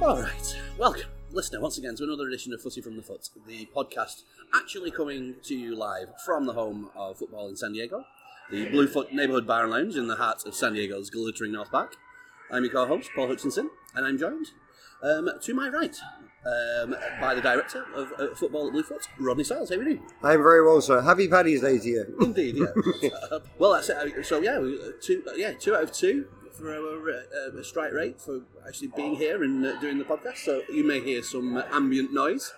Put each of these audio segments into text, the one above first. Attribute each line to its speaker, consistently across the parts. Speaker 1: All right, welcome, listener, once again to another edition of Fussy from the Foot, the podcast actually coming to you live from the home of football in San Diego, the Bluefoot Neighborhood Bar and Lounge in the heart of San Diego's glittering North Park. I'm your co-host Paul Hutchinson, and I'm joined um, to my right um, by the director of uh, football at Bluefoot, Rodney Stiles. How are you doing?
Speaker 2: I'm very well, sir. Happy Paddy's Day to you.
Speaker 1: Indeed, yeah. Uh, well, that's it. Uh, So yeah, we, uh, two, uh, yeah, two out of two for our uh, uh, strike rate for actually being here and uh, doing the podcast. So you may hear some uh, ambient noise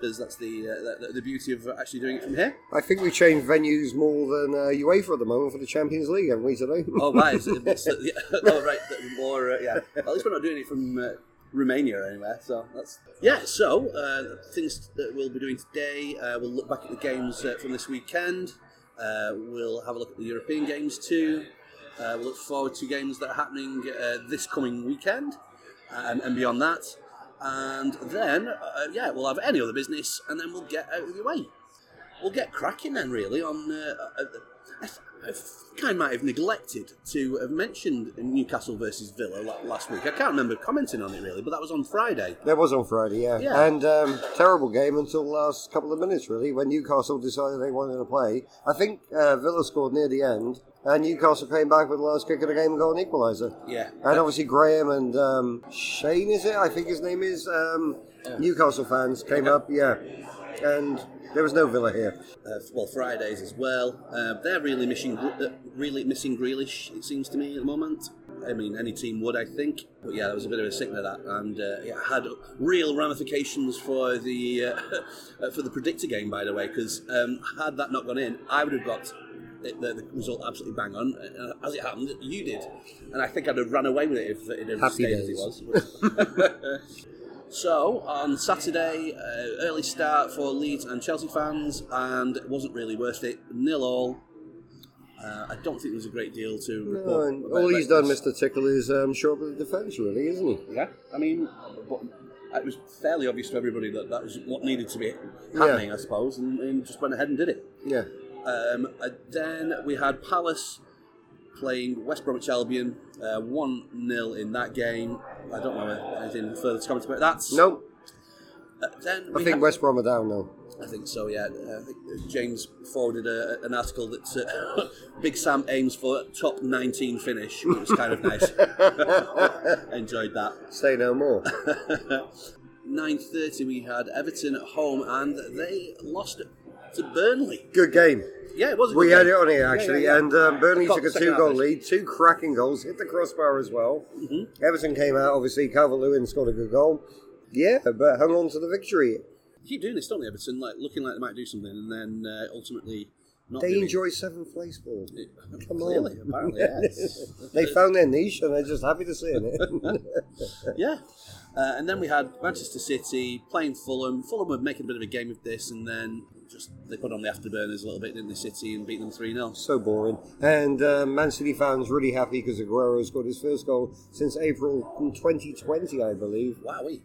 Speaker 1: because that's the, uh, the the beauty of actually doing it from here.
Speaker 2: I think we changed venues more than uh, UEFA at the moment for the Champions League, haven't we, today?
Speaker 1: Oh, right. it's- it's- yeah, oh, right. the More, uh, yeah. At least we're not doing it from uh, Romania or anywhere. So that's yeah. So uh, things that we'll be doing today. Uh, we'll look back at the games uh, from this weekend. Uh, we'll have a look at the European games too. Uh, we'll look forward to games that are happening uh, this coming weekend um, and beyond that. And then, uh, yeah, we'll have any other business, and then we'll get out of the way we'll get cracking then, really. On uh, uh, I, th- I think I might have neglected to have mentioned Newcastle versus Villa la- last week. I can't remember commenting on it really, but that was on Friday.
Speaker 2: That was on Friday, yeah.
Speaker 1: Yeah.
Speaker 2: And um, terrible game until the last couple of minutes, really, when Newcastle decided they wanted to play. I think uh, Villa scored near the end, and Newcastle came back with the last kick of the game and got an equaliser.
Speaker 1: Yeah,
Speaker 2: And obviously Graham and um, Shane, is it? I think his name is. Um, Newcastle fans came up, yeah. And there was no Villa here.
Speaker 1: uh, well, Fridays as well. Uh, they're really missing, Gr- uh, really missing Grealish. It seems to me at the moment. I mean, any team would, I think. But yeah, there was a bit of a signal that, and uh, it had real ramifications for the uh, for the predictor game, by the way. Because um, had that not gone in, I would have got the, the, the result absolutely bang on. Uh, As it happened, you did, and I think I'd have run away with it if it had
Speaker 2: Happy
Speaker 1: stayed as it
Speaker 2: days.
Speaker 1: was. So on Saturday, uh, early start for Leeds and Chelsea fans, and it wasn't really worth it. Nil all. Uh, I don't think there's a great deal to
Speaker 2: No,
Speaker 1: report.
Speaker 2: and
Speaker 1: about
Speaker 2: all he's
Speaker 1: that.
Speaker 2: done, Mr. Tickle, is um, shore up the defence, really, isn't he?
Speaker 1: Yeah, I mean, but it was fairly obvious to everybody that that was what needed to be happening, I suppose, and, and just went ahead and did it.
Speaker 2: Yeah.
Speaker 1: Um, uh, then we had Palace playing West Bromwich Albion, uh, one 0 in that game. I don't know anything further to comment about that.
Speaker 2: No,
Speaker 1: Uh, then
Speaker 2: I
Speaker 1: we
Speaker 2: think
Speaker 1: had-
Speaker 2: West Brom are down now.
Speaker 1: I think so. Yeah, I think James forwarded a, an article that uh, Big Sam aims for top 19 finish. It was kind of nice. Enjoyed that.
Speaker 2: Say no more.
Speaker 1: 9:30 we had Everton at home and they lost to Burnley.
Speaker 2: Good game.
Speaker 1: Yeah, it was. A good
Speaker 2: We
Speaker 1: game.
Speaker 2: had it on here
Speaker 1: Yeah,
Speaker 2: actually,
Speaker 1: yeah, yeah.
Speaker 2: and um, Burnley
Speaker 1: Cox
Speaker 2: took a
Speaker 1: second half,
Speaker 2: two-goal
Speaker 1: actually.
Speaker 2: lead, two cracking goals, hit the crossbar as well.
Speaker 1: Mm-hmm.
Speaker 2: Everton came out obviously. Calvert-Lewin scored a good goal. Yeah, but hung on to the victory.
Speaker 1: keep doing this, don't they, Everton? Like looking like they might do something, and then uh, ultimately not.
Speaker 2: They
Speaker 1: doing
Speaker 2: enjoy seventh place ball.
Speaker 1: it.
Speaker 2: Come
Speaker 1: Clearly,
Speaker 2: on.
Speaker 1: apparently, yes.
Speaker 2: They found their niche and they're just happy to see it.
Speaker 1: Yeah. Uh, and then we had Manchester City playing Fulham. Fulham were making a bit of a game of this, and then just they put on the afterburners a little bit, didn't they, City, and beat them 3 0.
Speaker 2: so boring. And uh, Man City fans really happy because Aguero scored his first goal since April 2020, I believe,
Speaker 1: Wowee.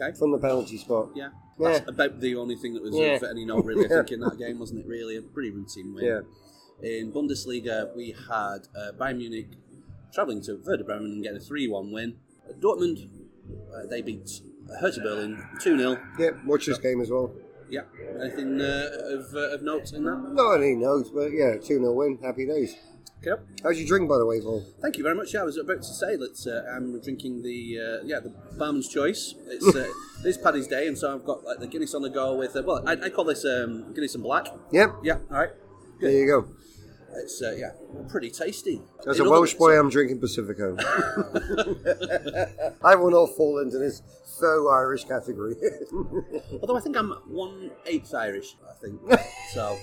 Speaker 1: Okay.
Speaker 2: from the penalty spot.
Speaker 1: Yeah.
Speaker 2: Yeah.
Speaker 1: That's about the only thing that was
Speaker 2: Yeah.
Speaker 1: of any note, really, I
Speaker 2: Yeah.
Speaker 1: think, in that game, wasn't it? Really, a pretty routine win.
Speaker 2: Yeah.
Speaker 1: In Bundesliga, we had uh, Bayern Munich travelling to Werder Bremen and getting a 3 1 win. Dortmund, uh, they beat Hertha Berlin 2 0.
Speaker 2: Yeah, watch this game as well.
Speaker 1: Yeah. Anything uh, of, uh, of note in that?
Speaker 2: Not any notes, but yeah, 2 0 win. Happy days.
Speaker 1: Okay.
Speaker 2: How's your drink, by the way, Paul?
Speaker 1: Thank you very much. Yeah, I was about to say that uh, I'm drinking the uh, yeah the barman's choice. It's uh, it's Paddy's Day, and so I've got like the Guinness on the go with uh, well, I, I call this um, Guinness and Black.
Speaker 2: Yep,
Speaker 1: Yeah, all right.
Speaker 2: there you go.
Speaker 1: It's uh, yeah, pretty tasty.
Speaker 2: As
Speaker 1: In
Speaker 2: a
Speaker 1: other
Speaker 2: Welsh
Speaker 1: words-
Speaker 2: boy, I'm drinking Pacifico. I will not fall into this faux Irish category.
Speaker 1: although I think I'm one eighth Irish. I think so.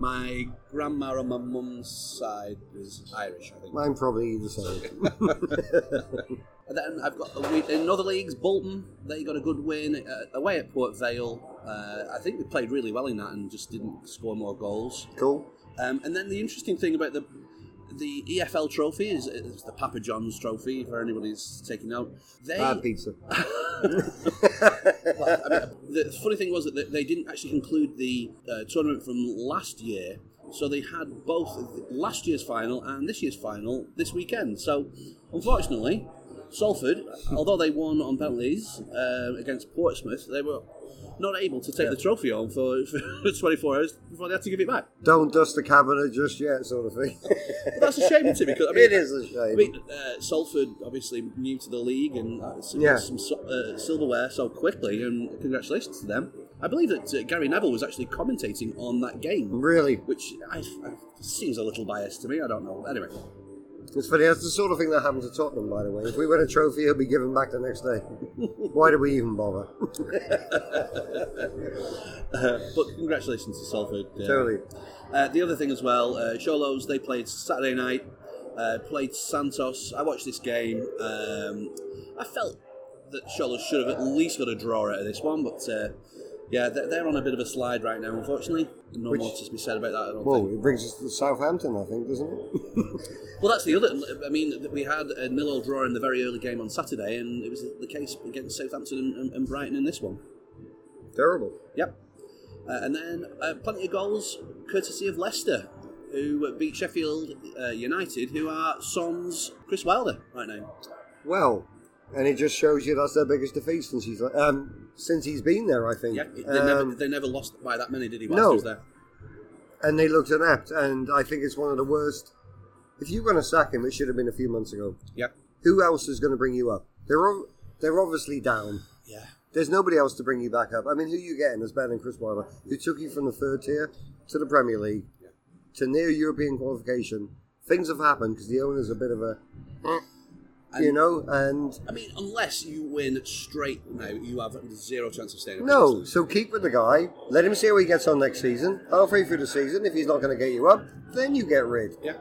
Speaker 1: My grandma on my mum's side is Irish. I think.
Speaker 2: I'm probably the same.
Speaker 1: And then I've got a win in other leagues. Bolton, they got a good win uh, away at Port Vale. Uh, I think we played really well in that and just didn't score more goals.
Speaker 2: Cool.
Speaker 1: Um, and then the interesting thing about the the EFL trophy is, is the Papa John's trophy for anybody's taking note. They,
Speaker 2: Bad pizza.
Speaker 1: well, I mean, the funny thing was that they- they didn't actually conclude the uh, tournament from last year, so they had both last year's final and this year's final this weekend. So, unfortunately, Salford, although they won on penalties um against Portsmouth, they were not able to take the trophy home for, for 24 hours before they had to give it back.
Speaker 2: Don't dust the cabinet just yet, sort of thing.
Speaker 1: But that's a shame, isn't it? Because I mean,
Speaker 2: it is a shame.
Speaker 1: I mean, uh, Salford obviously new to the league and uh, some,
Speaker 2: Yeah.
Speaker 1: some so- uh, silverware so quickly, and congratulations to them. I believe that uh, Gary Neville was actually commentating on that game,
Speaker 2: really,
Speaker 1: which I, I, seems a little biased to me. I don't know. Anyway,
Speaker 2: it's funny. That's the sort of thing that happened to Tottenham, by the way. If we win a trophy, it'll be given back the next day. Why do we even bother?
Speaker 1: uh, but congratulations to Salford. uh,
Speaker 2: Totally.
Speaker 1: Uh, the other thing as well, uh, Cholos, they played Saturday night, uh, played Santos. I watched this game. Um, I felt that Cholos should have at least got a draw out of this one, but uh, yeah, they're, they're on a bit of a slide right now, unfortunately. No
Speaker 2: Which-
Speaker 1: more to be said about that, I don't
Speaker 2: Well,
Speaker 1: think.
Speaker 2: it brings us to Southampton, I think, doesn't it?
Speaker 1: Well, that's the other. I mean, th- we had a nil all draw in the very early game on Saturday, and it was the case against Southampton and, and, and Brighton in this one.
Speaker 2: Terrible.
Speaker 1: Yep. Uh, and then uh, plenty of goals courtesy of Leicester, who beat Sheffield uh, United, who are Sons Chris Wilder right now.
Speaker 2: Well, and it just shows you that's their biggest defeat since he's um, since he's been there. I think.
Speaker 1: Yeah, they,
Speaker 2: Um,
Speaker 1: never, they never lost by that many, did he? Whilst
Speaker 2: No.
Speaker 1: he was there.
Speaker 2: and they looked inept, and I think it's one of the worst. If you're going to sack him, it should have been a few months ago.
Speaker 1: Yep.
Speaker 2: Who else is going to bring you up? They're o- they're obviously down.
Speaker 1: Yeah.
Speaker 2: There's nobody else to bring you back up. I mean, who you getting is better than Chris Wilder, who took you from the third tier to the Premier League to near European qualification. Things have happened because the owner's a bit of a, eh, you
Speaker 1: And-
Speaker 2: know, and
Speaker 1: I mean, unless you win straight now, you have zero chance of staying. up in
Speaker 2: no.
Speaker 1: this
Speaker 2: So keep with the guy. Let him see how he gets on next season. Halfway through the season, if he's not going to get you up, then you get rid.
Speaker 1: league. Yeah.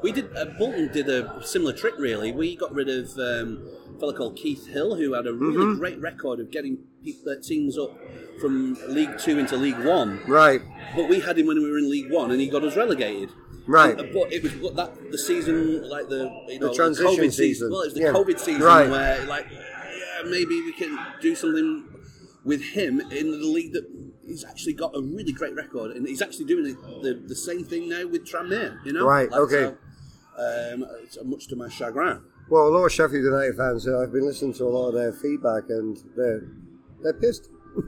Speaker 1: We did. Uh, Bolton did a similar trick, really. We got rid of um, a fella called Keith Hill, who had a really
Speaker 2: Mm-hmm.
Speaker 1: great record of getting people, teams up from League Two into League One.
Speaker 2: Right.
Speaker 1: But we had him when we were in League One, and he got us relegated.
Speaker 2: Right.
Speaker 1: And- But it was but that the season, like the you know,
Speaker 2: transition
Speaker 1: COVID
Speaker 2: season.
Speaker 1: Well, it was the
Speaker 2: Yeah.
Speaker 1: COVID season
Speaker 2: Right.
Speaker 1: where like yeah, maybe we can do something with him in the league that he's actually got a really great record, and he's actually doing the, the, the same thing now with Tranmere. You know,
Speaker 2: Right,
Speaker 1: Like,
Speaker 2: okay.
Speaker 1: so, um, it's much to my chagrin.
Speaker 2: Well, a lot of Sheffield United fans, uh, I've been listening to a lot of their feedback, and they're they're pissed,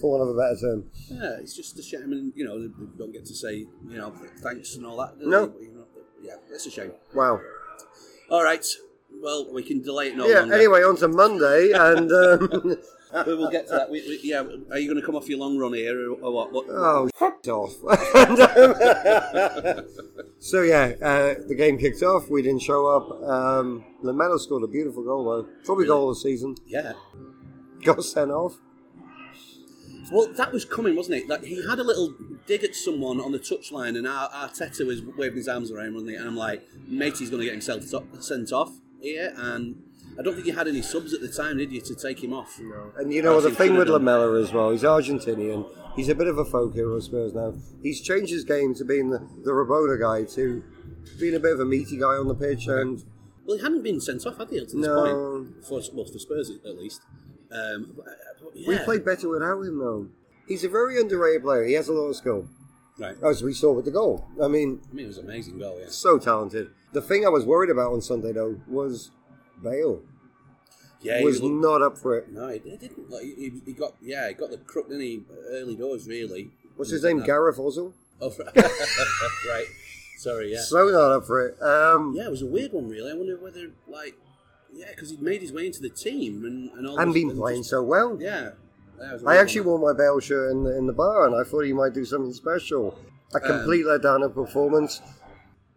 Speaker 2: for want of a better term.
Speaker 1: Yeah, it's just a shame, and you know, they they don't get to say you know thanks and all that. do
Speaker 2: No.
Speaker 1: they? You know, yeah, it's a shame.
Speaker 2: Wow.
Speaker 1: All right. Well, we can delay it no
Speaker 2: yeah.
Speaker 1: longer.
Speaker 2: Anyway, on to Monday, and um,
Speaker 1: we will get to that. We, we, yeah, are you going to come off your long run here or, or what? what?
Speaker 2: oh, f- off. And, um, so yeah, uh, the game kicked off. We didn't show up. Um, Lamelo scored a beautiful goal though, probably goal of the season.
Speaker 1: Yeah.
Speaker 2: Got sent off.
Speaker 1: Well, that was coming, wasn't it? Like he had a little dig at someone on the touchline, and Ar- Arteta was waving his arms around, wasn't he? And I'm like, mate, he's going to get himself to- sent off here, and I don't think you had any subs at the time, did you, to take him off? No.
Speaker 2: And you know the thing with Lamella as well, he's Argentinian. He's a bit of a folk hero of Spurs now. He's changed his game to being the, the Rabona guy to being a bit of a meaty guy on the pitch. And
Speaker 1: Well, he hadn't been sent off, had he, up to this
Speaker 2: No.
Speaker 1: point? For well, for Spurs at least. Um, but, but yeah.
Speaker 2: we played better without him though. He's a very underrated player. He has a lot of skill,
Speaker 1: right.
Speaker 2: as we saw with the goal. I mean,
Speaker 1: I mean, it was an amazing goal. Yeah.
Speaker 2: so talented. The thing I was worried about on Sunday though was Bale
Speaker 1: Yeah. he
Speaker 2: was
Speaker 1: looked-
Speaker 2: not up for it.
Speaker 1: No, he, he didn't. Like, he, he got yeah, he got the crook, didn't he? Early doors, really.
Speaker 2: What's his name?
Speaker 1: No.
Speaker 2: Gareth also.
Speaker 1: Oh, right. Sorry, yeah.
Speaker 2: So not up for it. Um,
Speaker 1: Yeah, it was a weird one, really. I wonder whether like yeah, because he'd made his way into the team and and all.
Speaker 2: and
Speaker 1: this-
Speaker 2: been
Speaker 1: and
Speaker 2: playing
Speaker 1: just-
Speaker 2: so well.
Speaker 1: yeah. Yeah, it was a
Speaker 2: I
Speaker 1: weird
Speaker 2: actually
Speaker 1: one.
Speaker 2: wore my Bale shirt in the, in the bar, and I thought he might do something special. A
Speaker 1: Um,
Speaker 2: complete letdown of performance.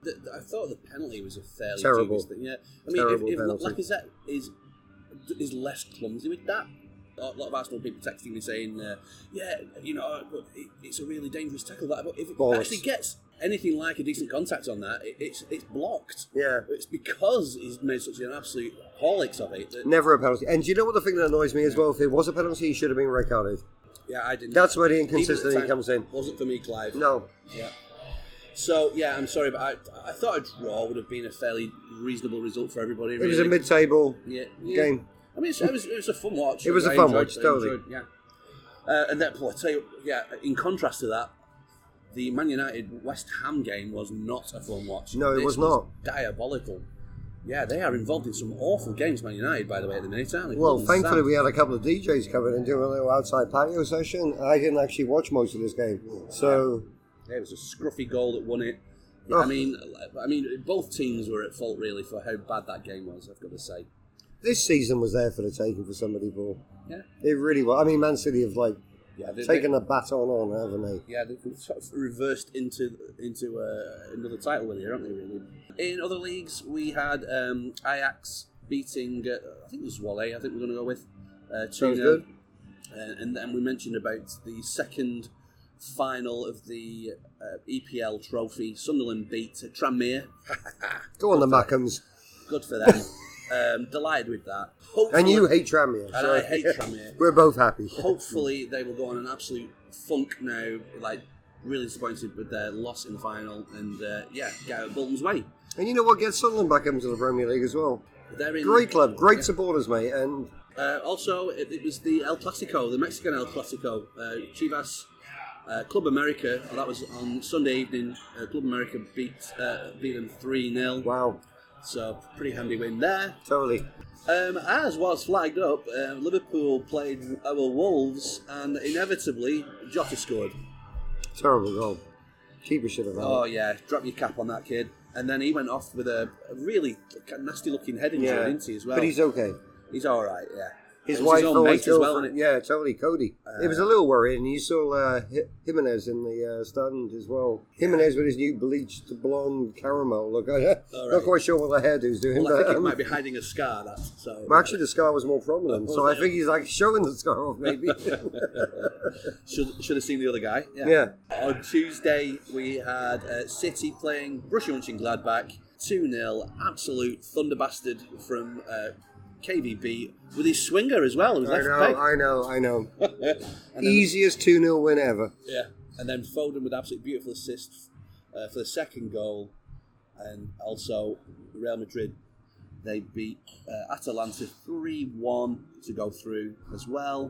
Speaker 1: The- the- I thought the penalty was a fairly
Speaker 2: Terrible.
Speaker 1: dubious thing. Yeah, I mean,
Speaker 2: Terrible
Speaker 1: if, if
Speaker 2: penalty.
Speaker 1: Lacazette is is less clumsy with that. A lot of Arsenal people texting me saying, uh, "Yeah, you know, but it, it's a really dangerous tackle." That, but if it
Speaker 2: Bollocks.
Speaker 1: actually gets anything like a decent contact on that, it, it's it's blocked.
Speaker 2: Yeah,
Speaker 1: It's because he's made such an absolute horlicks of it. That,
Speaker 2: never a penalty. And do you know what the thing that annoys me as well? If it was a penalty, he should have been red carded.
Speaker 1: yeah, I didn't.
Speaker 2: That's where the
Speaker 1: Even at the
Speaker 2: inconsistency
Speaker 1: time,
Speaker 2: comes in.
Speaker 1: Wasn't for me, Clive.
Speaker 2: No,
Speaker 1: Yeah. So yeah, I'm sorry, but I, I thought a draw would have been a fairly reasonable result for everybody.
Speaker 2: it was a
Speaker 1: really.
Speaker 2: mid-table
Speaker 1: yeah, yeah.
Speaker 2: game.
Speaker 1: I mean, it's- it was, it was a fun watch.
Speaker 2: It was
Speaker 1: a
Speaker 2: a fun watch, totally.
Speaker 1: yeah. Uh, and then, well, I tell you, yeah. In contrast to that, the Man United West Ham game was not a fun watch.
Speaker 2: No, it
Speaker 1: This
Speaker 2: was not.
Speaker 1: Diabolical. Yeah, they are involved in some awful games, Man United, by the way, at the minute, aren't they?
Speaker 2: Well,
Speaker 1: Bloody
Speaker 2: thankfully,
Speaker 1: Sam.
Speaker 2: we had a couple of DJs come in and do a little outside patio session. I didn't actually watch most of this game, so
Speaker 1: Yeah, it was a scruffy goal that won it.
Speaker 2: Oh.
Speaker 1: I mean, I mean, both teams were at fault really for how bad that game was. I've got to say.
Speaker 2: this season was there for the taking for somebody. Ball,
Speaker 1: Yeah.
Speaker 2: it really was. I mean, Man City have like
Speaker 1: Yeah, they,
Speaker 2: taken the baton on, haven't they?
Speaker 1: they- yeah, they've sort of reversed into into uh, another title with it, aren't they? Really. In other leagues, we had um, Ajax beating. Uh, I think it was Wale. I think we're going to go with uh, two 0
Speaker 2: Sounds good.
Speaker 1: Uh, and then we mentioned about the second final of the uh, EPL trophy. Sunderland beat Tranmere.
Speaker 2: Go on, the Macums,
Speaker 1: Good for them. um, delighted with that. Hopefully,
Speaker 2: and you hate Tramier.
Speaker 1: and
Speaker 2: so-
Speaker 1: I hate Tranmere.
Speaker 2: We're both happy.
Speaker 1: Hopefully, they will go on an absolute funk now. Like really disappointed with their loss in the final, and uh, yeah, get out of Bolton's way.
Speaker 2: And you know what? Get Sunderland back into the Premier League as well.
Speaker 1: They're in
Speaker 2: Great club, great supporters, mate. And
Speaker 1: Uh, also, it, it was the El Clasico, the Mexican El Clasico, uh, Chivas. Uh, Club America, oh, that was on Sunday evening. Uh, Club America beat uh, beat them 3 0,
Speaker 2: wow,
Speaker 1: so pretty handy win there.
Speaker 2: totally.
Speaker 1: Um, as was flagged up, uh, Liverpool played our Wolves, and inevitably Jota scored.
Speaker 2: Terrible goal. Keeper should have had
Speaker 1: Oh
Speaker 2: it.
Speaker 1: yeah, drop your cap on that kid. And then he went off with a a really nasty looking head injury, didn't he? As well,
Speaker 2: But he's okay.
Speaker 1: he's all right. Yeah,
Speaker 2: His
Speaker 1: It was
Speaker 2: wife
Speaker 1: his own
Speaker 2: always
Speaker 1: mate as well, Uh,
Speaker 2: girlfriend-
Speaker 1: wasn't it?
Speaker 2: Yeah, totally. Cody. it was a little worrying. You saw uh, Hi- Jimenez in the uh, stand as well. Jimenez with his new bleached blonde caramel look. Not
Speaker 1: right.
Speaker 2: quite sure what the hairdo's doing,
Speaker 1: Well, I
Speaker 2: but
Speaker 1: think he
Speaker 2: um,
Speaker 1: might be hiding a scar. That so.
Speaker 2: well, actually the scar was more prominent.
Speaker 1: Oh,
Speaker 2: So
Speaker 1: was
Speaker 2: I
Speaker 1: it?
Speaker 2: think he's like showing the scar off, maybe.
Speaker 1: should should have seen the other guy.
Speaker 2: Yeah.
Speaker 1: On Tuesday we had uh, City playing Borussia Mönchengladbach two 0 Absolute thunder bastard from uh, KVB with his swinger as well. His
Speaker 2: I
Speaker 1: left
Speaker 2: know, I know, I know.
Speaker 1: leg. And then-
Speaker 2: Easiest 2 0 win ever.
Speaker 1: Yeah, and then Foden with absolutely beautiful assist uh, for the second goal, and also Real Madrid they beat uh, Atalanta three one to go through as well.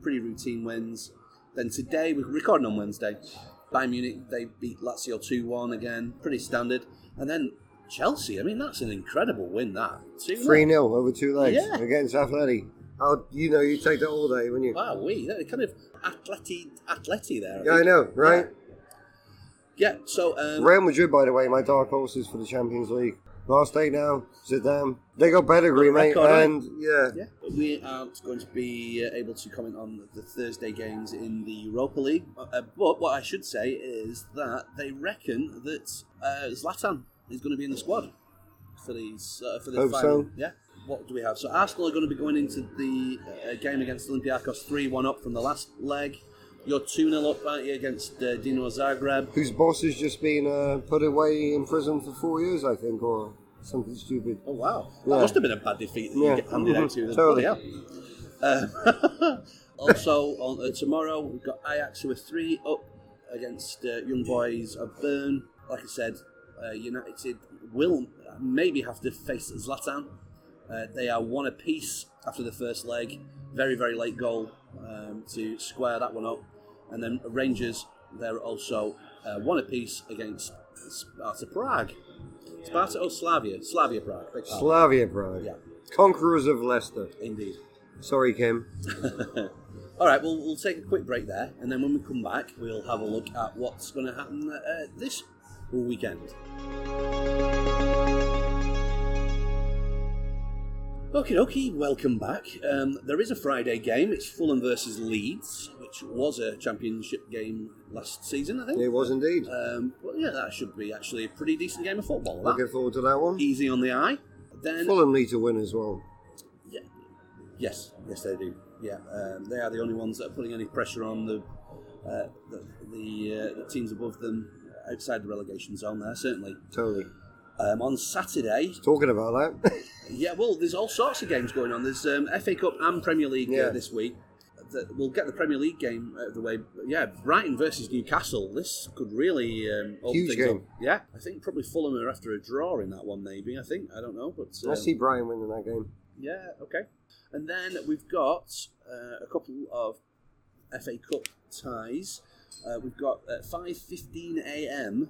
Speaker 1: Pretty routine wins. Then today we're recording on Wednesday. Bayern Munich they beat Lazio two one again, pretty standard. And then Chelsea, I mean that's an incredible win that two
Speaker 2: 3 0 over two legs
Speaker 1: Yeah.
Speaker 2: against Atleti. Oh, you know, you take that all day, wouldn't you?
Speaker 1: Wow, we kind of atleti, atleti there.
Speaker 2: Yeah, I know, right?
Speaker 1: Yeah. So um,
Speaker 2: Real Madrid, by the way, my dark horses for the Champions League. Last day now, sit down. They got
Speaker 1: Got
Speaker 2: pedigree,
Speaker 1: a
Speaker 2: mate,
Speaker 1: record, eh?
Speaker 2: and yeah,
Speaker 1: Yeah, we aren't going to be uh, able to comment on the Thursday games in the Europa League, uh, uh, but what I should say is that they reckon that uh, Zlatan is going to be in the squad for these uh, for the
Speaker 2: Hope
Speaker 1: final.
Speaker 2: so.
Speaker 1: Yeah. What do we have? So Arsenal are going to be going into the uh, game against Olympiacos three-one up from the last leg. You're two 0 up aren't you, against uh, Dino Zagreb.
Speaker 2: whose boss has just been uh, put away in prison for four years, I think, or something stupid.
Speaker 1: Oh wow,
Speaker 2: Yeah.
Speaker 1: that must have been a bad defeat that
Speaker 2: Yeah.
Speaker 1: you get handed out to.
Speaker 2: Mhm.
Speaker 1: them.
Speaker 2: Totally.
Speaker 1: Bloody hell. Uh, also on uh, tomorrow we've got Ajax who are three up against uh, Young Boys of Bern. Like I said, uh, United will maybe have to face Zlatan. Uh, they are one apiece after the first leg. Very very late goal um, to square that one up, and then Rangers they're also uh, one apiece against Sparta Prague. Sparta or Slavia? Slavia Prague. beg pardon.
Speaker 2: Slavia Prague,
Speaker 1: Yeah.
Speaker 2: conquerors of Leicester.
Speaker 1: Indeed.
Speaker 2: Sorry, Kim.
Speaker 1: All right, well, we'll take a quick break there, and then when we come back, we'll have a look at what's going to happen uh, this weekend. Okay, dokie, welcome back. Um, there is a Friday game. It's Fulham versus Leeds, which was a championship game last season, I think.
Speaker 2: It was indeed.
Speaker 1: Um, well, yeah, that should be actually a pretty decent game of football. that.
Speaker 2: Looking forward to that one.
Speaker 1: Easy on the eye. Then
Speaker 2: Fulham need to win as well.
Speaker 1: Yeah. Yes, yes, they do. Yeah, um, they are the only ones that are putting any pressure on the uh, the, the, uh, the teams above them uh, outside the relegation zone. There certainly.
Speaker 2: Totally.
Speaker 1: Um, on Saturday,
Speaker 2: Talking about that,
Speaker 1: yeah, well, there's all sorts of games going on. There's um, FA Cup and Premier League
Speaker 2: Yeah.
Speaker 1: uh, this week. That we'll get the Premier League game out of the way. But yeah, Brighton versus Newcastle. This could really um, open
Speaker 2: Huge
Speaker 1: things
Speaker 2: game.
Speaker 1: Up. Yeah, I think probably Fulham are after a draw in that one. Maybe I think I don't know, but
Speaker 2: I
Speaker 1: um,
Speaker 2: see Brian winning that game.
Speaker 1: yeah, okay. And then we've got uh, a couple of FA Cup ties. Uh, we've got at 5:15 a.m.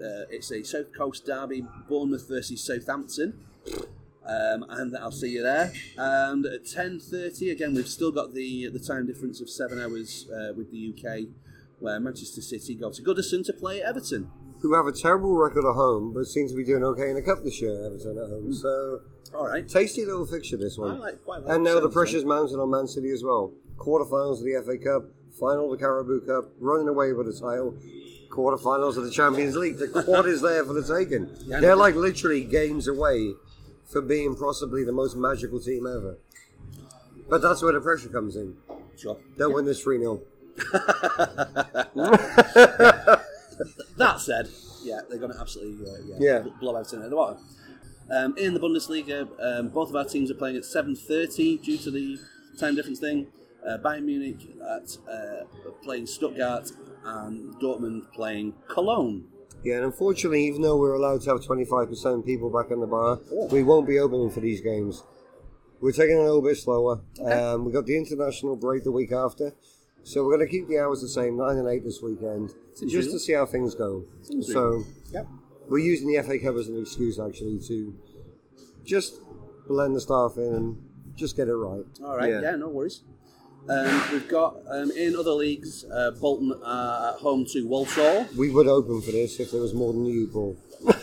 Speaker 1: Uh, it's a South Coast derby, Bournemouth versus Southampton. Um, and I'll see you there. And at 10.30, again, we've still got the the time difference of seven hours uh, with the UK, where Manchester City go to Goodison to play Everton.
Speaker 2: Who have a terrible record at home, but seem to be doing okay in the cup this year. Everton at home, so
Speaker 1: All right.
Speaker 2: tasty little fixture this
Speaker 1: I
Speaker 2: one.
Speaker 1: like, quite like
Speaker 2: And now the
Speaker 1: Southampton.
Speaker 2: pressure's mounted on Man City as well. Quarterfinals of the FA Cup, final of the Caribou Cup, running away with the title. Quarterfinals of the Champions League. The quad is there for the taking.
Speaker 1: Yeah,
Speaker 2: They're
Speaker 1: no.
Speaker 2: like literally games away for being possibly the most magical team ever. But that's where the pressure comes in.
Speaker 1: Sure.
Speaker 2: Don't win this 3 0.
Speaker 1: That said, yeah, they're going to absolutely uh, yeah,
Speaker 2: Yeah.
Speaker 1: bl- blow Everton out of the water. Um, in the Bundesliga, um, both of our teams are playing at 7.30 due to the time difference thing. Uh, Bayern Munich at uh, playing Stuttgart and Dortmund playing Cologne.
Speaker 2: Yeah, and unfortunately, even though we're allowed to have 25% people back in the bar,
Speaker 1: Oh.
Speaker 2: we won't be opening for these games. We're taking it a little bit slower. Um, we've got the international break the week after. So we're going to keep the hours the same, 9 and 8 this weekend,
Speaker 1: Seems
Speaker 2: just
Speaker 1: reasonable.
Speaker 2: to see how things go.
Speaker 1: Seems
Speaker 2: So
Speaker 1: Yep.
Speaker 2: we're using the FA Cup as an excuse, actually, to just blend the staff in and just get it right.
Speaker 1: All right. Yeah, no worries. Um, we've got um, in other leagues, uh, Bolton are at home to Walsall.
Speaker 2: We would open for this if there was more than you, Paul.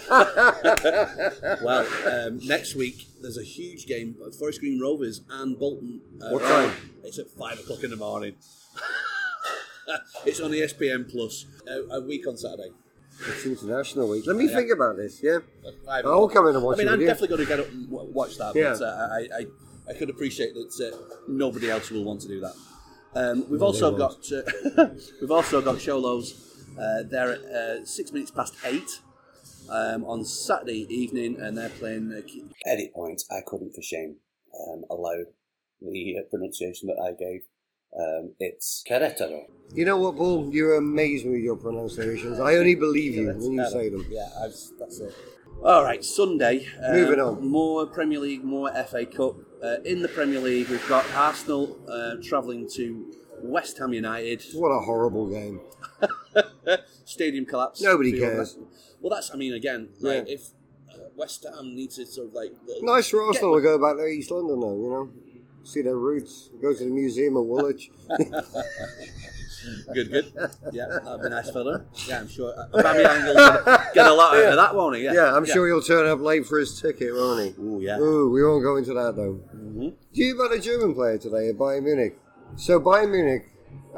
Speaker 1: Well, um, next week there's a huge game: Forest Green Rovers and Bolton. Uh,
Speaker 2: What time?
Speaker 1: It's at five o'clock in the morning. it's on E ESPN Plus. Uh, a week on Saturday.
Speaker 2: It's international week. Let me
Speaker 1: Yeah.
Speaker 2: think about this, yeah?
Speaker 1: At five
Speaker 2: I'll
Speaker 1: o'clock.
Speaker 2: come in and
Speaker 1: I
Speaker 2: watch
Speaker 1: mean,
Speaker 2: it
Speaker 1: I'm
Speaker 2: with you.
Speaker 1: definitely going to get up and w- watch that.
Speaker 2: Yeah.
Speaker 1: But, uh, I, I, I could appreciate that uh, nobody else will want to do that. Um, we've also
Speaker 2: they
Speaker 1: got uh, we've also got Sholos. Uh, they're at uh, six minutes past eight um, on Saturday evening, and they're playing. Uh, Ki-
Speaker 3: edit point, I couldn't for shame um, allow the uh, pronunciation that I gave. Um, it's Querétaro.
Speaker 2: You know what, Paul? You amaze me with your pronunciations. I only believe you when you say them.
Speaker 1: yeah, I've, that's it. All right, Sunday. um,
Speaker 2: Moving on.
Speaker 1: More Premier League, more FA Cup. Uh, in the Premier League, we've got Arsenal uh, travelling to West Ham United.
Speaker 2: What a horrible game.
Speaker 1: stadium collapse.
Speaker 2: Nobody
Speaker 1: Field
Speaker 2: cares.
Speaker 1: collapse. Well, that's. I mean, again, like
Speaker 2: Yeah.
Speaker 1: if uh, West Ham needs to sort of like
Speaker 2: Nice for Arsenal to go back to East London, though, you know? See their roots, go to the Museum of Woolwich.
Speaker 1: good, good. Yeah, that'd be nice for them. Yeah, I'm sure. uh, Aubameyang will get- get a lot out of that, won't he? Yeah,
Speaker 2: yeah, I'm sure he'll turn up late for his ticket, won't he?
Speaker 1: Oh yeah. Mm-hmm.
Speaker 2: Ooh, we won't go into that, though. Do you about a German player today at Bayern Munich? So, Bayern Munich,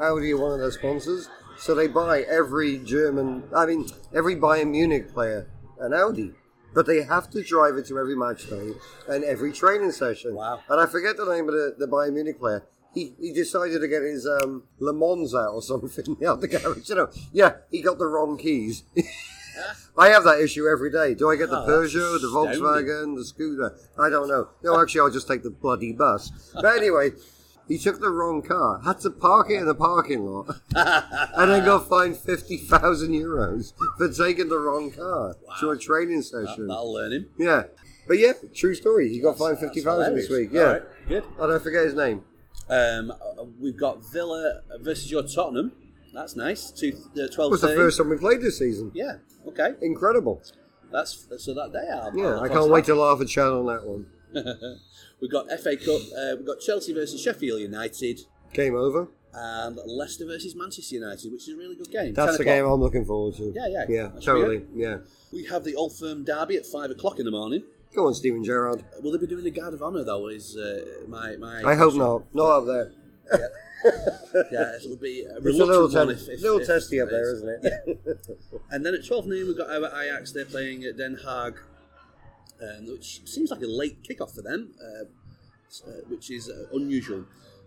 Speaker 2: Audi are one of their sponsors, so they buy every German, I mean, every Bayern Munich player an Audi. But they have to drive it to every match day and every training session.
Speaker 1: Wow.
Speaker 2: And I forget the name of the, the Bayern Munich player. He, he decided to get his um, Le Mans out or something out the garage. You know, yeah, he got the wrong keys. I have that issue every day. Do I get the
Speaker 1: Oh, that's
Speaker 2: Peugeot, the
Speaker 1: astounding.
Speaker 2: Volkswagen, the scooter? I don't know. No, actually, I'll just take the bloody bus. But anyway, he took the wrong car, had to park it in the parking lot, and then got fined 50,000 euros for taking the wrong car to a training session.
Speaker 1: That'll learn him.
Speaker 2: yeah. But yeah, true story. He got fined
Speaker 1: That's
Speaker 2: 50,000 this
Speaker 1: hilarious.
Speaker 2: week. Yeah.
Speaker 1: All right, good.
Speaker 2: I don't forget his name.
Speaker 1: Um, uh, we've got Villa versus your Tottenham. That's nice. Two, uh,
Speaker 2: It
Speaker 1: twelve.
Speaker 2: was the first time we played this season.
Speaker 1: Yeah. Okay.
Speaker 2: Incredible.
Speaker 1: That's so that day. I'll,
Speaker 2: Yeah,
Speaker 1: I'll
Speaker 2: I
Speaker 1: cross
Speaker 2: can't
Speaker 1: that.
Speaker 2: wait to laugh at Chad on that one.
Speaker 1: We've got FA Cup. Uh, we've got Chelsea versus Sheffield United.
Speaker 2: Game over.
Speaker 1: and Leicester versus Manchester United, which is a really good game.
Speaker 2: That's
Speaker 1: 10
Speaker 2: the
Speaker 1: o'clock.
Speaker 2: game I'm looking forward to.
Speaker 1: Yeah, yeah.
Speaker 2: Yeah,
Speaker 1: That should be
Speaker 2: totally. Yeah.
Speaker 1: We have the Old Firm Derby at five o'clock in the morning.
Speaker 2: Go on, Stephen Gerrard.
Speaker 1: Will they be doing the Guard of Honour though? Is uh, my my?
Speaker 2: I hope not. Not up there.
Speaker 1: Yeah, it'll be a
Speaker 2: It's a little,
Speaker 1: reluctant
Speaker 2: te-
Speaker 1: one if, if,
Speaker 2: little
Speaker 1: if
Speaker 2: testy up
Speaker 1: it
Speaker 2: there,
Speaker 1: is.
Speaker 2: isn't it?
Speaker 1: And then at twelve noon we've got our Ajax. They're playing at Den Haag, um, which seems like a late kickoff for them, uh, s- uh, which is uh, unusual.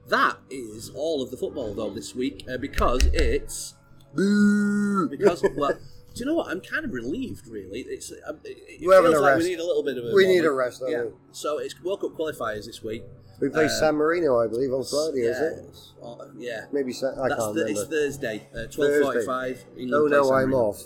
Speaker 1: That is all of the football though this week uh, because it's
Speaker 2: Boo!
Speaker 1: because well, do you know what? I'm kind of relieved, really. It's um, it, it
Speaker 2: We're having
Speaker 1: feels
Speaker 2: a
Speaker 1: like
Speaker 2: rest.
Speaker 1: we need a little bit of a
Speaker 2: We need
Speaker 1: moment.
Speaker 2: a rest, don't
Speaker 1: Yeah.
Speaker 2: we?
Speaker 1: So it's World Cup qualifiers this week.
Speaker 2: We play
Speaker 1: Uh,
Speaker 2: San Marino, I believe, on Friday,
Speaker 1: yeah,
Speaker 2: is it?
Speaker 1: Oh, yeah.
Speaker 2: Maybe Sa- I
Speaker 1: That's
Speaker 2: can't
Speaker 1: the, it's
Speaker 2: remember.
Speaker 1: Thursday, uh, twelve forty-five.
Speaker 2: Oh no, I'm off.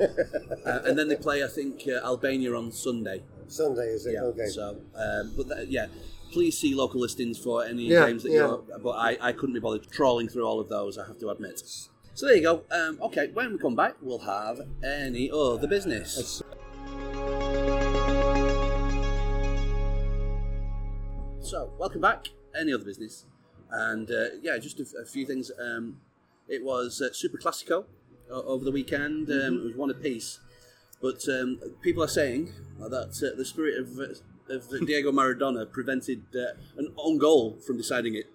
Speaker 1: Uh, and then they play, I think, uh, Albania on Sunday.
Speaker 2: Sunday is it?
Speaker 1: Yeah.
Speaker 2: okay.
Speaker 1: So, um, but that, yeah, please see local listings for any
Speaker 2: Yeah,
Speaker 1: games that
Speaker 2: yeah.
Speaker 1: you're. But I, I couldn't be bothered trawling through all of those. I have to admit. So there you go. Um, okay, when we come back, we'll have any other business. So, welcome back. Any other business? And uh, yeah, just a, a few things. Um, it was uh, Super Classico o- over the weekend. Um,
Speaker 2: Mm-hmm.
Speaker 1: It was one apiece. But um, people are saying that uh, the spirit of, uh, of Diego Maradona prevented uh, an own goal from deciding it.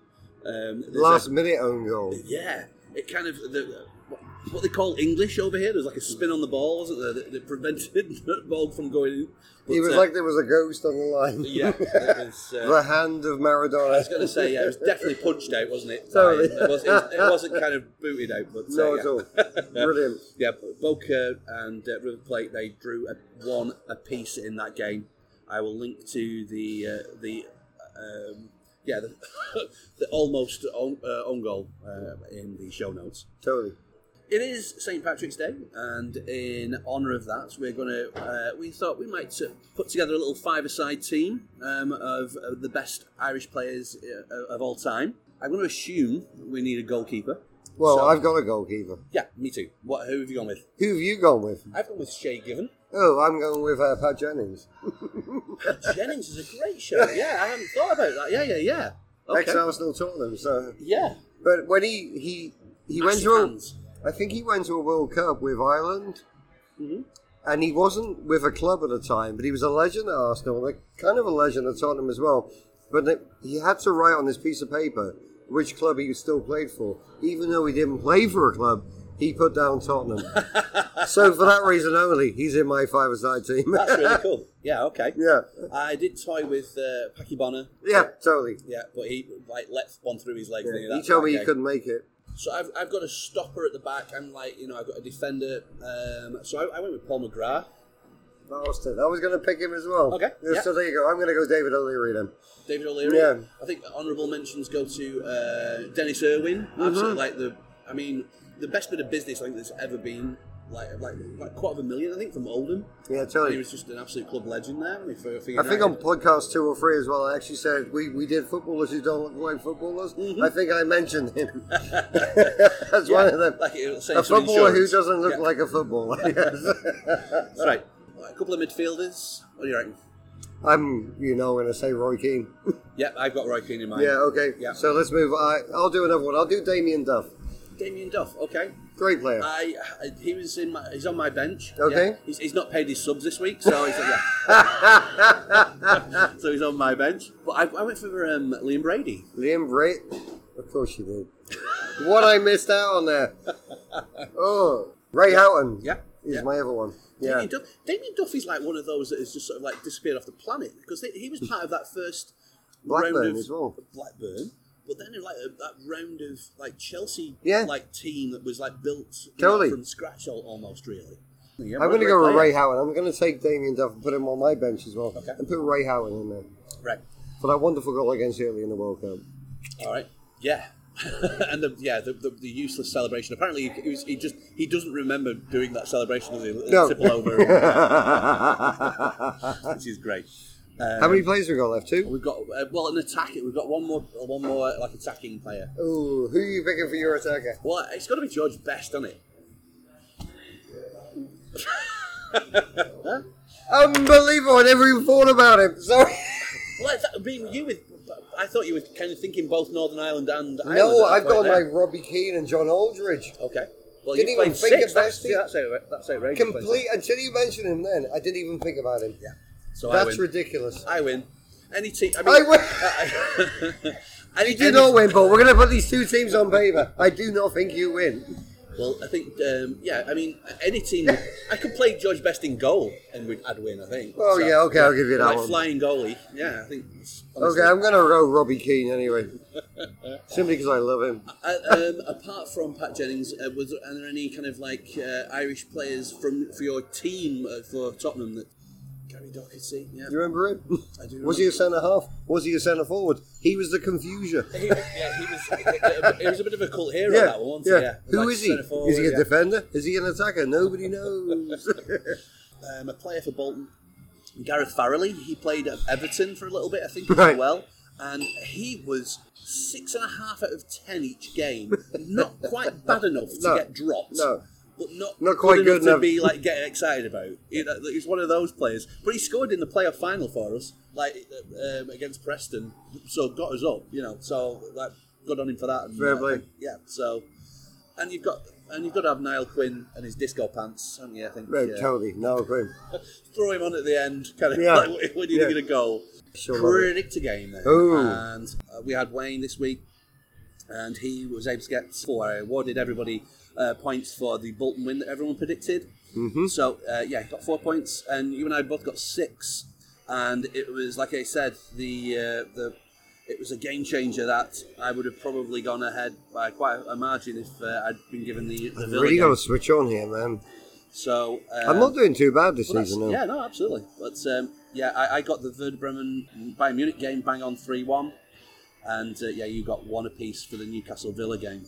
Speaker 1: Um, there's a-
Speaker 2: Last minute own goal.
Speaker 1: yeah, it kind of the, what- what they call English over here. There was like a spin on the ball, wasn't there, that, that prevented the ball from going in. But,
Speaker 2: It was
Speaker 1: uh,
Speaker 2: like there was a ghost on the line.
Speaker 1: yeah, it was. Uh,
Speaker 2: the hand of
Speaker 1: I
Speaker 2: Maradona.
Speaker 1: was going to say, yeah, it was definitely punched out, wasn't it? Um,
Speaker 2: Totally.
Speaker 1: It, was, it, wasn't kind of booted out, but uh,
Speaker 2: no
Speaker 1: yeah.
Speaker 2: at all. Brilliant.
Speaker 1: Yeah, but Boca and uh, River Plate they drew a, one apiece in that game. I will link to the uh, the um, yeah the, the almost on, uh, on goal uh, in the show notes.
Speaker 2: Totally.
Speaker 1: It is St Patrick's Day, and in honour of that, we're going to. Uh, we thought we might uh, put together a little five-a-side team um, of, of the best Irish players uh, of all time. I'm going to assume we need a goalkeeper.
Speaker 2: Well,
Speaker 1: So-
Speaker 2: I've got a goalkeeper.
Speaker 1: Yeah, me too. What? Who have you gone with?
Speaker 2: Who have you gone with?
Speaker 1: I've gone with Shay Given.
Speaker 2: Oh, I'm going with uh, Pat Jennings.
Speaker 1: Jennings is a great show. Yeah, I haven't thought about that. Yeah, yeah, yeah. Okay.
Speaker 2: Ex-Arsenal Tottenham. So,
Speaker 1: Yeah.
Speaker 2: but when he he he went to a,
Speaker 1: Ashton's.
Speaker 2: I think he went to a World Cup with Ireland,
Speaker 1: Mhm.
Speaker 2: and he wasn't with a club at the time, but he was a legend at Arsenal, and a, kind of a legend at Tottenham as well. But th- he had to write on this piece of paper which club he still played for, even though he didn't play for a club. He put down Tottenham. so for that reason only, he's in my five-a-side team.
Speaker 1: That's really cool. Yeah. Okay.
Speaker 2: yeah,
Speaker 1: I did toy with uh, Packy Bonner.
Speaker 2: yeah, totally.
Speaker 1: Yeah, but he like let one through his legs.
Speaker 2: Yeah,
Speaker 1: didn't
Speaker 2: He
Speaker 1: That-
Speaker 2: told
Speaker 1: that
Speaker 2: me he
Speaker 1: game.
Speaker 2: couldn't make it.
Speaker 1: So I've, I've got a stopper at the back. I'm like, you know, I've got a defender. Um, so I, I went with Paul McGrath.
Speaker 2: Bastard. I was going to pick him as well.
Speaker 1: Okay,
Speaker 2: Yeah,
Speaker 1: yeah.
Speaker 2: So there you go. I'm going to go David O'Leary then.
Speaker 1: David O'Leary.
Speaker 2: Yeah.
Speaker 1: I think honourable mentions go to uh, Dennis Irwin.
Speaker 2: Mm-hmm.
Speaker 1: Absolutely, like the, I mean, the best bit of business I think there's ever been. Like, like, like quarter of a million, I think, from Oldham.
Speaker 2: Yeah,
Speaker 1: And he
Speaker 2: totally.
Speaker 1: was just an absolute club legend there. wasn't he, For, for
Speaker 2: I think
Speaker 1: United?
Speaker 2: on podcast two or three as well, I actually said we, we did footballers who don't look like footballers.
Speaker 1: Mm-hmm.
Speaker 2: I think I mentioned him. That's one of them.
Speaker 1: like it'll say
Speaker 2: A
Speaker 1: some
Speaker 2: footballer who
Speaker 1: insurance.
Speaker 2: doesn't look
Speaker 1: Yeah.
Speaker 2: like a footballer. Yes.
Speaker 1: That's right. A couple of midfielders. What do you reckon?
Speaker 2: I'm, you know, going to say Roy Keane.
Speaker 1: Yeah, I've got Roy Keane in mind.
Speaker 2: Yeah, okay.
Speaker 1: Yeah.
Speaker 2: So let's move. I, I'll do another one. I'll do Damien Duff.
Speaker 1: Damien Duff. Okay.
Speaker 2: Great player.
Speaker 1: I, I he was in my he's on my bench.
Speaker 2: Okay.
Speaker 1: Yeah. He's, he's not paid his subs this week, so he's yeah. so he's on my bench. But I, I went for um, Liam Brady.
Speaker 2: Liam Bray. Of course you did. what I missed out on there. Oh, Ray Houghton.
Speaker 1: Yeah,
Speaker 2: Is
Speaker 1: yeah.
Speaker 2: my other one. Yeah.
Speaker 1: Damien Duff. Damien Duff is like one of those that has just sort of like disappeared off the planet because they, he was part of that first
Speaker 2: Blackburn
Speaker 1: round of
Speaker 2: as well.
Speaker 1: Blackburn. But then, like uh, that round of like Chelsea,
Speaker 2: Yeah.
Speaker 1: like team that was like built you know,
Speaker 2: Totally.
Speaker 1: from scratch al- almost, really. Yeah,
Speaker 2: I'm going to
Speaker 1: great
Speaker 2: go with
Speaker 1: player.
Speaker 2: Ray Howard. I'm going to take Damien Duff and put him on my bench as well.
Speaker 1: Okay.
Speaker 2: And put Ray Howard in there
Speaker 1: Right.
Speaker 2: for that wonderful goal against Italy in the World Cup.
Speaker 1: All right. Yeah. and the, yeah, the, the, the useless celebration. Apparently, he, he, was, he just he doesn't remember doing that celebration. Does he?
Speaker 2: No.
Speaker 1: Triple over,
Speaker 2: How
Speaker 1: which is great.
Speaker 2: many players we got left? Two?
Speaker 1: We've got uh, well an attack. We've got one more one more like attacking player.
Speaker 2: Ooh, who are you picking for your attacker?
Speaker 1: Well, it's got to be George Best, doesn't it?
Speaker 2: Unbelievable. I never even thought about him. Sorry.
Speaker 1: Well, I thought, being you with, I thought you were kind of thinking both Northern Ireland and Ireland.
Speaker 2: no,
Speaker 1: at that
Speaker 2: I've
Speaker 1: point
Speaker 2: got
Speaker 1: there.
Speaker 2: like Robbie Keane and John Aldridge.
Speaker 1: Okay. Well,
Speaker 2: Didn't
Speaker 1: you
Speaker 2: even
Speaker 1: played
Speaker 2: think
Speaker 1: six.
Speaker 2: about
Speaker 1: That's,
Speaker 2: it.
Speaker 1: that's, outra- that's outrageous.
Speaker 2: Complete until you mentioned him. Then I didn't even think about him.
Speaker 1: Yeah. So I
Speaker 2: That's
Speaker 1: win.
Speaker 2: ridiculous.
Speaker 1: I win. Any team. I, mean,
Speaker 2: I win.
Speaker 1: win.
Speaker 2: You do not win, but we're going to put these two teams on paper. I do not think you win.
Speaker 1: Well, I think, um, yeah, I mean, any team. I could play George Best in goal and we'd, I'd win, I think.
Speaker 2: Oh, yeah, okay, I'll give you that
Speaker 1: like
Speaker 2: one.
Speaker 1: flying goalie. Yeah, I think. it's- honestly-
Speaker 2: Okay, I'm going to go Robbie Keane anyway, simply because I love him.
Speaker 1: Uh, um, apart from Pat Jennings, uh, was there, are there any kind of like uh, Irish players from for your team uh, for Tottenham that Gary Doherty? Yeah,
Speaker 2: Do you remember him?
Speaker 1: I do.
Speaker 2: Was he a centre half? Was he a centre forward? He was the confusion.
Speaker 1: He, yeah, he was. He was a bit of a cult hero.
Speaker 2: Yeah,
Speaker 1: that one, wasn't
Speaker 2: yeah.
Speaker 1: he? yeah.
Speaker 2: Who
Speaker 1: Like
Speaker 2: is he?
Speaker 1: centre forward,
Speaker 2: Is he a
Speaker 1: yeah.
Speaker 2: defender? Is he an attacker? Nobody knows.
Speaker 1: um, a player for Bolton, Gareth Farrelly. He played at Everton for a little bit, I think,
Speaker 2: Right.
Speaker 1: as well. And he was six and a half out of ten each game. Not quite bad enough to
Speaker 2: No.
Speaker 1: get dropped.
Speaker 2: No.
Speaker 1: but not
Speaker 2: Not quite
Speaker 1: enough
Speaker 2: good enough.
Speaker 1: to be like getting excited about. You know, he's one of those players. But he scored in the playoff final for us, like um, against Preston, so got us up. You know, so like good on him for that. And,
Speaker 2: Fair
Speaker 1: uh,
Speaker 2: play.
Speaker 1: yeah. So, and you've got and you've got to have Niall Quinn and his disco pants, haven't you? I think.
Speaker 2: Right,
Speaker 1: yeah.
Speaker 2: totally. No, Quinn.
Speaker 1: Throw him on at the end, kind of
Speaker 2: Yeah.
Speaker 1: like when you
Speaker 2: Yeah.
Speaker 1: need to get a goal.
Speaker 2: Sure love it.
Speaker 1: Predict a game then.
Speaker 2: Ooh.
Speaker 1: And uh, we had Wayne this week, and he was able to get four. I awarded everybody uh, points for the Bolton win that everyone predicted. Mm-hmm. So, uh, yeah, he got four points, and you and I both got six. And it was, like I said, the uh, the it was a game changer that I would have probably gone ahead by quite a margin if uh, I'd been given the, the Villa
Speaker 2: Really
Speaker 1: game.
Speaker 2: got to switch on here, man.
Speaker 1: So uh,
Speaker 2: I'm not doing too bad this
Speaker 1: well, that's-
Speaker 2: season. Now.
Speaker 1: Yeah, no, absolutely. But um, yeah, I, I got the Werder Bremen Bayern Munich game bang on three one, and uh, yeah, you got one apiece for the Newcastle Villa game.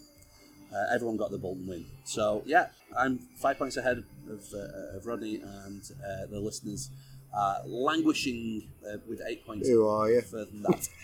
Speaker 1: Uh, everyone got the Bolton win. So yeah, I'm five points ahead of, uh, of Rodney, and uh, the listeners are languishing uh, with eight points
Speaker 2: Who are you?
Speaker 1: further than that.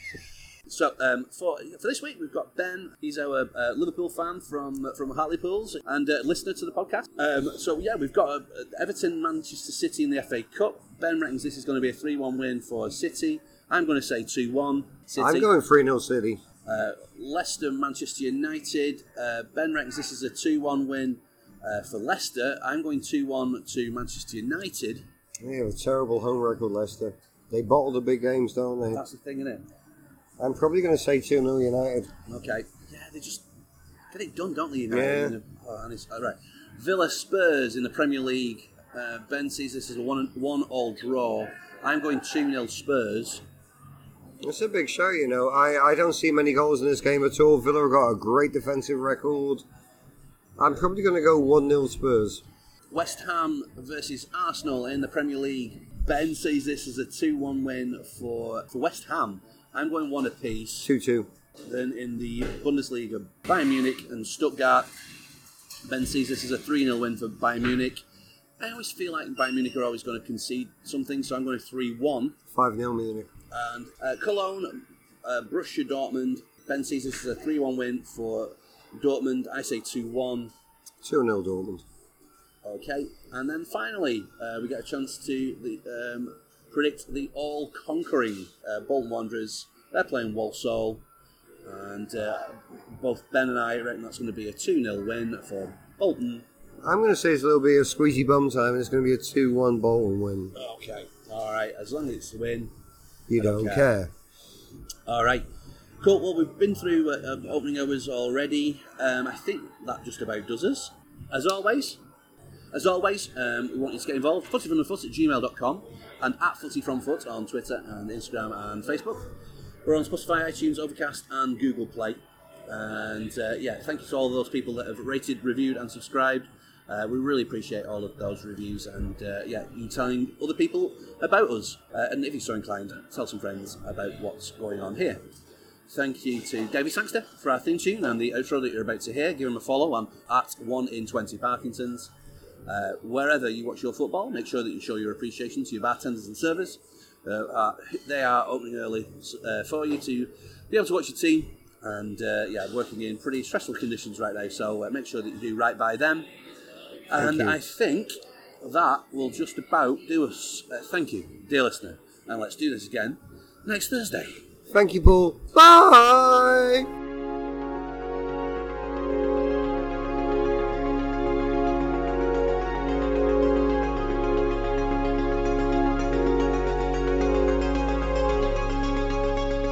Speaker 1: So um, for for this week we've got Ben. He's our uh, Liverpool fan from from Hartlepools and uh, listener to the podcast. Um, so yeah, we've got uh, Everton, Manchester City in the FA Cup. Ben reckons this is going to be a three-one win for City. I'm going to say two-one. City.
Speaker 2: I'm going 3 0 City.
Speaker 1: Uh, Leicester, Manchester United. Uh, ben reckons this is a two-one win uh, for Leicester. I'm going two-one to Manchester United.
Speaker 2: They have a terrible home record, Leicester. They bottle the big games, don't they?
Speaker 1: That's the thing, isn't it?
Speaker 2: I'm probably going to say 2 0 United.
Speaker 1: Okay. Yeah, they just get it done, don't they? United?
Speaker 2: Yeah.
Speaker 1: In the, oh, and it's, all right. Villa Spurs in the Premier League. Uh, ben sees this as a one one all draw. I'm going two 0 Spurs.
Speaker 2: It's a big show, you know. I, I don't see many goals in this game at all. Villa have got a great defensive record. I'm probably going to go 1 0 Spurs.
Speaker 1: West Ham versus Arsenal in the Premier League. Ben sees this as a two one win for for West Ham. I'm going one apiece.
Speaker 2: 2 2.
Speaker 1: Then in the Bundesliga, Bayern Munich and Stuttgart. Ben sees this as a 3 0 win for Bayern Munich. I always feel like Bayern Munich are always going to concede something, so I'm going 3 1.
Speaker 2: 5 0 Munich.
Speaker 1: And uh, Cologne, uh, Borussia Dortmund. Ben sees this as a 3 1 win for Dortmund. I say 2 1.
Speaker 2: 2 0 Dortmund.
Speaker 1: Okay. And then finally, uh, we get a chance to the, um, predict the all conquering uh, Bolton Wanderers. They're playing Walsall. And uh, both Ben and I reckon that's going to be a 2 0 win for Bolton.
Speaker 2: I'm going to say it's a little bit of squeezy bum time, and it's going to be a 2 1 Bolton win.
Speaker 1: Okay. All right. As long as it's a win.
Speaker 2: You
Speaker 1: don't
Speaker 2: don't
Speaker 1: care.
Speaker 2: care.
Speaker 1: All right. Cool. Well, we've been through uh, um, opening hours already. Um, I think that just about does us. As always, as always, um, we want you to get involved. Footyfromthefoot at gmail.com and at footyfromfoot on Twitter and Instagram and Facebook. We're on Spotify, iTunes, Overcast, and Google Play. And uh, yeah, thank you to all those people that have rated, reviewed, and subscribed. Uh, we really appreciate all of those reviews and uh, yeah, you telling other people about us. Uh, and if you're so inclined, tell some friends about what's going on here. Thank you to Davey Sangster for our theme tune and the outro that you're about to hear. Give him a follow. I'm at 1 in 20 Parkinson's. Uh, wherever you watch your football, make sure that you show your appreciation to your bartenders and servers. Uh, uh, they are opening early uh, for you to be able to watch your team. And uh, yeah, working in pretty stressful conditions right now, so uh, make sure that you do right by them. And
Speaker 2: you.
Speaker 1: I think that will just about do us. Uh, thank you, dear listener. And let's do this again next Thursday.
Speaker 2: Thank you, Paul. Bye!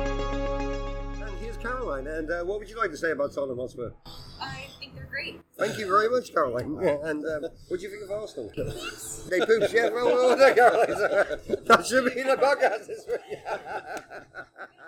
Speaker 2: And here's Caroline. And uh, what would you like to say about Tottenham Hotspur?
Speaker 4: I think they're great.
Speaker 2: Thank you very much, Caroline. And um, what do you think of Arsenal? they poops, uh, yeah. Well, well, well, no, Caroline. That should be in the podcast this week.